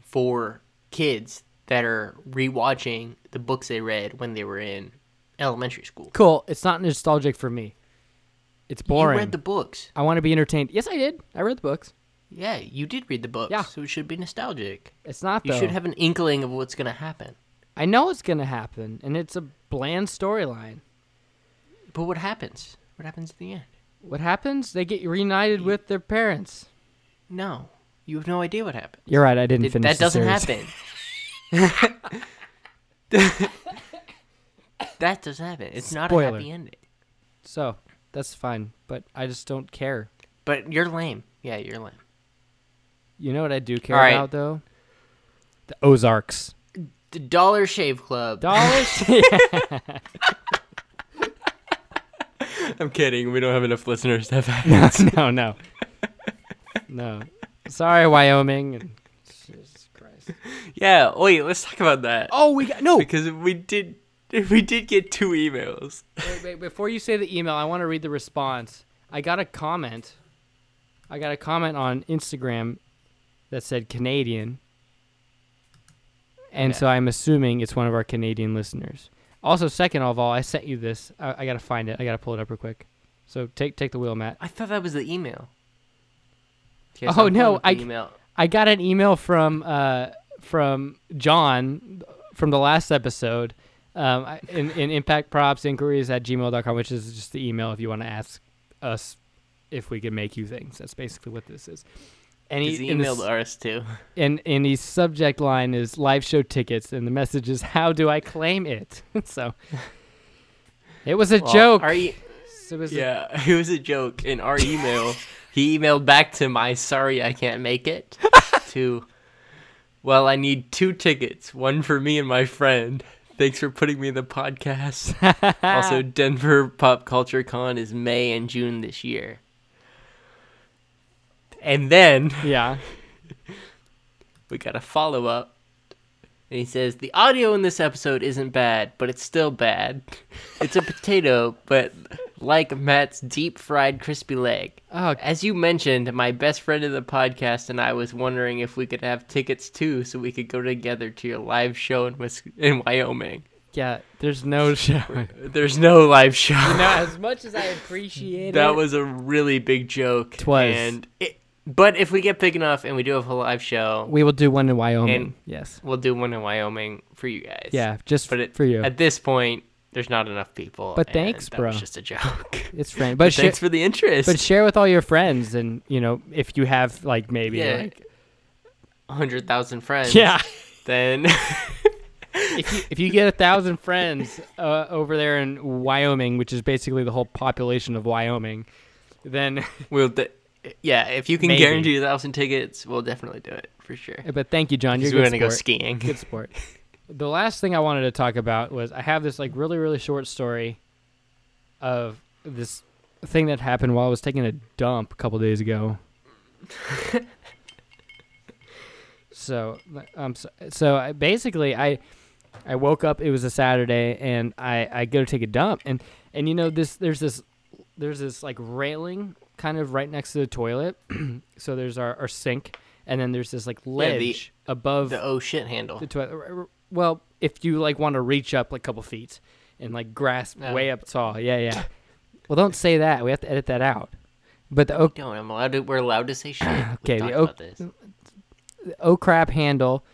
Speaker 2: for kids that are rewatching the books they read when they were in elementary school.
Speaker 1: Cool. It's not nostalgic for me. It's boring.
Speaker 2: You read the books.
Speaker 1: I want to be entertained. Yes, I did. I read the books.
Speaker 2: Yeah, you did read the books.
Speaker 1: Yeah.
Speaker 2: So it should be nostalgic.
Speaker 1: It's not
Speaker 2: You
Speaker 1: though.
Speaker 2: should have an inkling of what's going to happen.
Speaker 1: I know it's gonna happen, and it's a bland storyline.
Speaker 2: But what happens? What happens at the end?
Speaker 1: What happens? They get reunited with their parents.
Speaker 2: No. You have no idea what happens.
Speaker 1: You're right. I didn't
Speaker 2: It- that doesn't happen. that doesn't happen. It's not a
Speaker 1: Spoiler.
Speaker 2: happy ending.
Speaker 1: So that's fine. But I just don't care.
Speaker 2: But you're lame. Yeah, you're lame.
Speaker 1: You know what I do care
Speaker 2: All right.
Speaker 1: about though? The Ozarks.
Speaker 2: The Dollar Shave Club.
Speaker 1: Dollars.
Speaker 2: I'm kidding. We don't have enough listeners to have
Speaker 1: no, no, no. No. Sorry, Wyoming. And Jesus Christ.
Speaker 2: Yeah, wait, let's talk about that.
Speaker 1: Oh, we got no.
Speaker 2: Because we did we did get two emails.
Speaker 1: Wait, wait, before you say the email, I want to read the response. I got a comment. I got a comment on Instagram that said Canadian. And
Speaker 2: Yeah.
Speaker 1: so I'm assuming it's one of our Canadian listeners. Also, second of all, I sent you this. I, I gotta find it. I gotta pull it up real quick. So take take the wheel, Matt.
Speaker 2: I thought that was the email. Okay,
Speaker 1: Oh,
Speaker 2: so I'm
Speaker 1: no,
Speaker 2: pulling up the
Speaker 1: I-
Speaker 2: email.
Speaker 1: I got an email from uh from John from the last episode. Um, I- in, in impact props inquiries at gmail.com, which is just the email if you want to ask us if we can make you things. That's basically what this is. And
Speaker 2: He's
Speaker 1: in the
Speaker 2: emailed
Speaker 1: s-
Speaker 2: ours too.
Speaker 1: and and his subject line is live show tickets and the message is how do i claim it so it was a
Speaker 2: Well,
Speaker 1: joke
Speaker 2: Our e-
Speaker 1: it was a-
Speaker 2: yeah, it was a joke. In our email, he emailed back to my sorry I can't make it. to, well, I need two tickets, one for me and my friend. Thanks for putting me in the podcast. also, Denver Pop Culture Con is May and June this year. And then
Speaker 1: yeah
Speaker 2: we got a follow up. And he says, The audio in this episode isn't bad, but it's still bad. It's a potato, but like Matt's deep fried crispy leg.
Speaker 1: Oh.
Speaker 2: As you mentioned, my best friend of the podcast and I was wondering if we could have tickets too so we could go together to your live show in, Wis- in Wyoming.
Speaker 1: yeah there's no show
Speaker 2: There's no live show.
Speaker 1: now as much as i appreciate
Speaker 2: that
Speaker 1: it
Speaker 2: was a really big joke.
Speaker 1: Twas.
Speaker 2: And it, but if we get big enough and we do have a live show,
Speaker 1: we will do one in wyoming
Speaker 2: And-
Speaker 1: yes
Speaker 2: we'll do one in Wyoming for you guys.
Speaker 1: yeah just
Speaker 2: But
Speaker 1: f-
Speaker 2: it,
Speaker 1: for you
Speaker 2: at this point, there's not enough people.
Speaker 1: But
Speaker 2: and
Speaker 1: thanks,
Speaker 2: that
Speaker 1: bro.
Speaker 2: Was just a joke.
Speaker 1: it's friend but, share,
Speaker 2: thanks for the interest.
Speaker 1: but share with all your friends and you know if you have like maybe
Speaker 2: yeah,
Speaker 1: like
Speaker 2: hundred thousand friends.
Speaker 1: yeah
Speaker 2: Then
Speaker 1: if you if you get a thousand friends uh, over there in Wyoming, which is basically the whole population of Wyoming, then
Speaker 2: we'll. De- yeah, if you can
Speaker 1: Maybe.
Speaker 2: guarantee a thousand tickets, we'll definitely do it for sure.
Speaker 1: but thank you, John. You're
Speaker 2: Because
Speaker 1: a good
Speaker 2: we're gonna go
Speaker 1: sport.
Speaker 2: skiing.
Speaker 1: Good sport. The last thing I wanted to talk about was I have this like really really short story of this thing that happened while I was taking a dump a couple days ago. so um so, so I, basically I I woke up it was a Saturday and I I go to take a dump and and you know this there's this there's this like railing kind of right next to the toilet so there's our, our sink and then there's this like
Speaker 2: the-
Speaker 1: ledge above
Speaker 2: The oh shit handle.
Speaker 1: the toilet. r- r- Well, if you like want to reach up like a couple feet and like grasp
Speaker 2: No.
Speaker 1: way up tall, yeah, yeah. well, don't say that. We have to edit that out. But the oh,
Speaker 2: Don't. I'm allowed to. We're allowed to say shit.
Speaker 1: Ah, Okay,
Speaker 2: We
Speaker 1: the
Speaker 2: talked
Speaker 1: oak-
Speaker 2: about this.
Speaker 1: oh crap handle,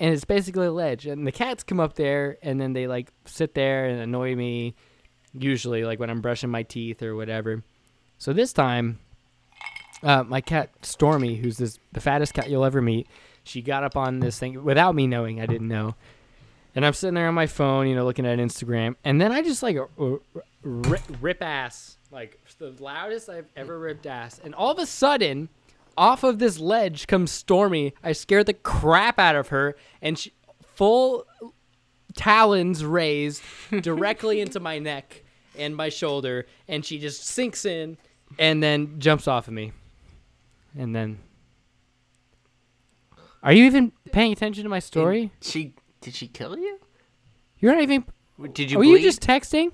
Speaker 1: and it's basically a ledge. And the cats come up there and then they like sit there and annoy me, usually like when I'm brushing my teeth or whatever. So this time, uh, my cat Stormy, who's this the fattest cat you'll ever meet, she got up on this thing without me knowing. I didn't know. And I'm sitting there on my phone, you know, looking at Instagram, and then I just like r- r- rip, rip ass, like the loudest I've ever ripped ass. And all of a sudden, off of this ledge comes Stormy. I scared the crap out of her, and she full talons raised directly into my neck and my shoulder, and she just sinks in and then jumps off of me. And then, are you even paying attention to my story?
Speaker 2: She did she kill you?
Speaker 1: You're not even.
Speaker 2: Did you?
Speaker 1: were
Speaker 2: bleed?
Speaker 1: Oh, you just texting?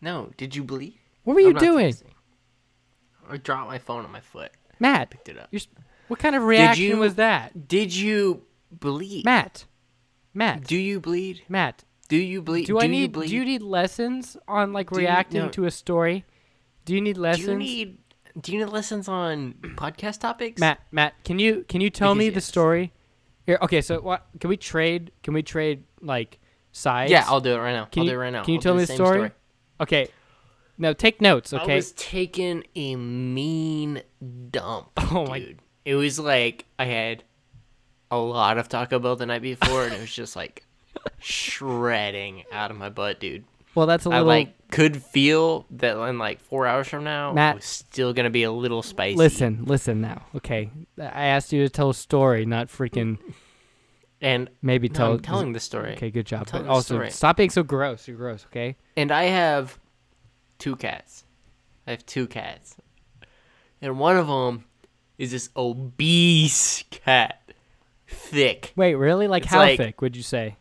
Speaker 2: No. Did you bleed?
Speaker 1: What were you
Speaker 2: I'm not
Speaker 1: doing,
Speaker 2: texting. I dropped my phone on my foot.
Speaker 1: Matt?
Speaker 2: Picked it up.
Speaker 1: You're, s- what kind of reaction
Speaker 2: you-
Speaker 1: was that,
Speaker 2: Did you bleed?
Speaker 1: Matt? Matt,
Speaker 2: Do you bleed?
Speaker 1: Matt,
Speaker 2: Do you bleed?
Speaker 1: do, I
Speaker 2: you
Speaker 1: need
Speaker 2: bleed?
Speaker 1: do you need lessons on like
Speaker 2: Do you-
Speaker 1: reacting
Speaker 2: no.
Speaker 1: to a story? Do you need
Speaker 2: Do
Speaker 1: lessons,
Speaker 2: you need? Do you need lessons on podcast topics?
Speaker 1: Matt? Matt, can you can you tell
Speaker 2: Because
Speaker 1: me the
Speaker 2: yes.
Speaker 1: story? Here, okay, so what can we trade? Can we trade like sides?
Speaker 2: Yeah, I'll do it right now.
Speaker 1: Can
Speaker 2: I'll
Speaker 1: you,
Speaker 2: do it right now.
Speaker 1: Can you
Speaker 2: I'll
Speaker 1: tell
Speaker 2: do
Speaker 1: me
Speaker 2: the
Speaker 1: the
Speaker 2: same
Speaker 1: story? Okay. No, take notes.
Speaker 2: I
Speaker 1: Okay.
Speaker 2: was taking a mean dump.
Speaker 1: Oh
Speaker 2: Oh
Speaker 1: my-
Speaker 2: my! Dude. It was like I had a lot of Taco Bell the night before, and it was just like shredding out of my butt, dude.
Speaker 1: well, that's a
Speaker 2: I
Speaker 1: little.
Speaker 2: like could feel that in like four hours from now,
Speaker 1: Matt-
Speaker 2: it was still gonna be a little spicy.
Speaker 1: Listen, listen now. Okay, I asked you to tell a story, not
Speaker 2: Mm.
Speaker 1: freaking
Speaker 2: and
Speaker 1: maybe
Speaker 2: no,
Speaker 1: tell.
Speaker 2: I'm telling the story.
Speaker 1: Okay, good job.
Speaker 2: telling
Speaker 1: But
Speaker 2: the
Speaker 1: also,
Speaker 2: story.
Speaker 1: stop being so gross. You're gross. Okay.
Speaker 2: and I have two cats. I have two cats, and one of them is this obese cat, thick.
Speaker 1: Wait, really? Like
Speaker 2: It's
Speaker 1: how
Speaker 2: like-
Speaker 1: thick would you say?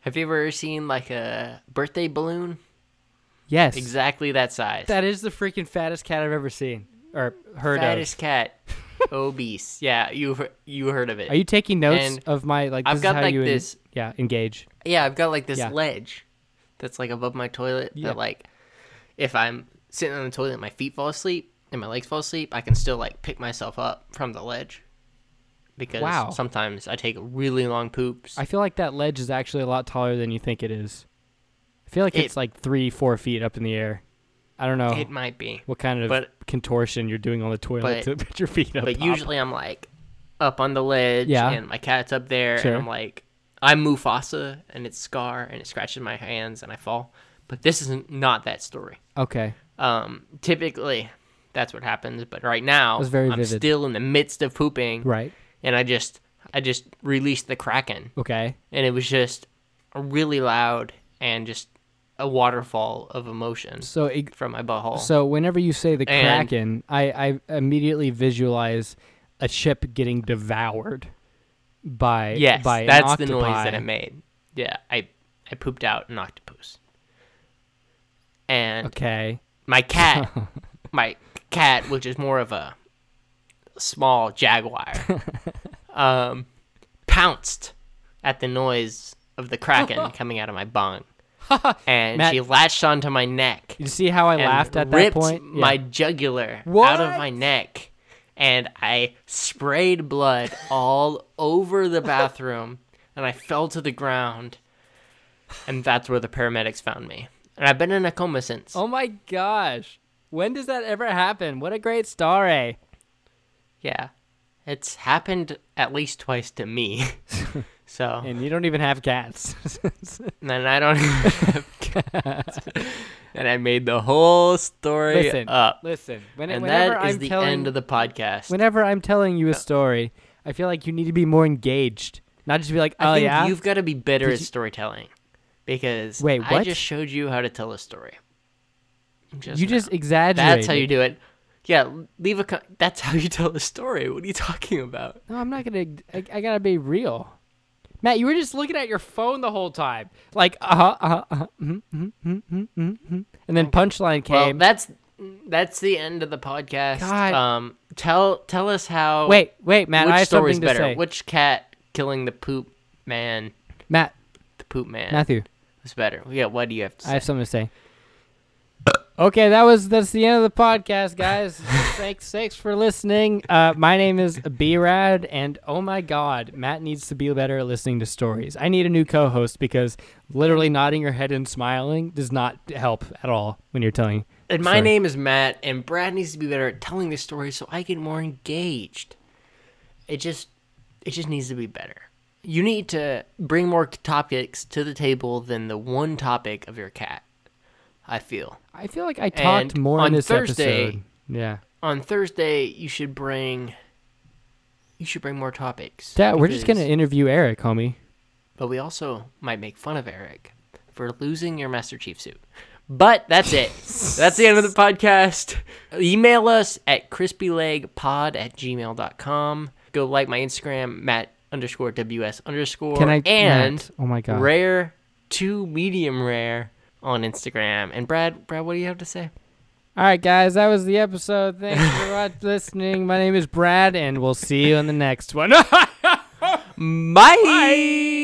Speaker 2: Have you ever seen like a birthday balloon?
Speaker 1: Yes.
Speaker 2: Exactly that size.
Speaker 1: That is the freaking fattest cat I've ever seen or heard
Speaker 2: fattest cat. obese. Yeah, you he- you heard of it.
Speaker 1: Are you taking notes
Speaker 2: And
Speaker 1: of my like?
Speaker 2: I've
Speaker 1: this is
Speaker 2: got,
Speaker 1: how
Speaker 2: like,
Speaker 1: you en-
Speaker 2: this-
Speaker 1: yeah, engage.
Speaker 2: yeah, I've got like this
Speaker 1: Yeah.
Speaker 2: ledge that's like above my toilet
Speaker 1: Yeah.
Speaker 2: that like if I'm sitting on the toilet and my feet fall asleep and my legs fall asleep, I can still like pick myself up from the ledge. Because
Speaker 1: Wow.
Speaker 2: sometimes I take really long poops.
Speaker 1: I feel like that ledge is actually a lot taller than you think it is. I feel like
Speaker 2: It-
Speaker 1: it's like three, four feet up in the air. I don't know
Speaker 2: It might be.
Speaker 1: what kind of
Speaker 2: but-
Speaker 1: contortion you're doing on the toilet
Speaker 2: but-
Speaker 1: to put your feet up.
Speaker 2: But
Speaker 1: top.
Speaker 2: usually I'm like up on the ledge
Speaker 1: Yeah.
Speaker 2: and my cat's up there
Speaker 1: Sure.
Speaker 2: and I'm like I'm Mufasa and it's Scar and it scratches my hands and I fall. But this is not that story.
Speaker 1: okay.
Speaker 2: Um typically that's what happens, but right now
Speaker 1: That's very
Speaker 2: I'm
Speaker 1: vivid.
Speaker 2: still in the midst of pooping
Speaker 1: Right.
Speaker 2: and I just I just released the Kraken
Speaker 1: Okay.
Speaker 2: and it was just really loud and just a waterfall of emotions
Speaker 1: So e it,
Speaker 2: from my butthole.
Speaker 1: So whenever you say the
Speaker 2: And-
Speaker 1: kraken, I, I immediately visualize a ship getting devoured by
Speaker 2: Yes,
Speaker 1: by an
Speaker 2: that's the noise that
Speaker 1: octopi.
Speaker 2: it made. Yeah, I I pooped out an octopus, and
Speaker 1: Okay,
Speaker 2: my cat, my cat, which is more of a small jaguar, um, pounced at the noise of the kraken coming out of my bong, and
Speaker 1: Matt-
Speaker 2: she latched onto my neck.
Speaker 1: you see how I
Speaker 2: and
Speaker 1: laughed at that
Speaker 2: ripped
Speaker 1: point? Yeah.
Speaker 2: My jugular out
Speaker 1: What?
Speaker 2: of my neck, and I sprayed blood all over the bathroom, and I fell to the ground, and that's where the paramedics found me. And I've been in a coma since.
Speaker 1: oh my gosh, when does that ever happen? What a great story!
Speaker 2: Yeah, it's happened at least twice to me. so
Speaker 1: And you don't even have cats.
Speaker 2: and then I don't, and I made the whole story
Speaker 1: listen,
Speaker 2: up.
Speaker 1: listen. When,
Speaker 2: And
Speaker 1: whenever
Speaker 2: that is
Speaker 1: I'm
Speaker 2: the
Speaker 1: telling,
Speaker 2: end of the podcast.
Speaker 1: whenever I'm telling you a story, I feel like you need to be more engaged, not just be like, "Oh
Speaker 2: I think
Speaker 1: yeah."
Speaker 2: you've got to be better
Speaker 1: Did
Speaker 2: at
Speaker 1: you-
Speaker 2: storytelling because
Speaker 1: Wait,
Speaker 2: I
Speaker 1: what?
Speaker 2: just showed you how to tell a story. Just
Speaker 1: you
Speaker 2: now.
Speaker 1: just exaggerate.
Speaker 2: that's how you do it. Yeah, leave a. co- That's how you tell a story. What are you talking about?
Speaker 1: No, I'm not gonna. I, I gotta be real. Matt, you were just looking at your phone the whole time, like uh huh, uh huh, uh-huh, mhm, mhm, mhm, mhm, mhm. and then punchline
Speaker 2: Well,
Speaker 1: came.
Speaker 2: that's that's the end of the podcast.
Speaker 1: God.
Speaker 2: Um, tell tell us how.
Speaker 1: wait, wait, Matt,
Speaker 2: which
Speaker 1: I have
Speaker 2: story's
Speaker 1: something to
Speaker 2: better?
Speaker 1: say.
Speaker 2: Which cat killing the poop man?
Speaker 1: Matt,
Speaker 2: The poop man
Speaker 1: Matthew,
Speaker 2: was better. Yeah, what do you have to
Speaker 1: I
Speaker 2: say?
Speaker 1: have something to say. Okay, that was that's the end of the podcast, guys. thanks, thanks for listening. Uh, my name is B Rad, and oh my God, Matt needs to be better at listening to stories. I need a new co-host because literally nodding your head and smiling does not help at all when you're telling.
Speaker 2: and my
Speaker 1: sorry.
Speaker 2: name is Matt, and Brad needs to be better at telling the story so I get more engaged. It just, it just needs to be better. You need to bring more topics to the table than the one topic of your cat. I feel
Speaker 1: I feel like I talked
Speaker 2: And
Speaker 1: more in
Speaker 2: on
Speaker 1: this
Speaker 2: Thursday-
Speaker 1: episode. Yeah.
Speaker 2: on Thursday you should bring, you should bring more topics.
Speaker 1: Dad, we're just gonna
Speaker 2: because-
Speaker 1: interview Eric, homie.
Speaker 2: But we also might make fun of Eric for losing your Master Chief suit. But that's it. that's the end of the podcast. Email us at crispylegpod at gmail.com. Go like my Instagram, Matt underscore WS underscore.
Speaker 1: Can I-
Speaker 2: and
Speaker 1: Matt, oh my God.
Speaker 2: rare to medium rare on Instagram. And Brad, Brad, what do you have to say?
Speaker 1: All right, guys, that was the episode. Thanks for watch- listening. My name is Brad, and we'll see you in the next one.
Speaker 2: Bye.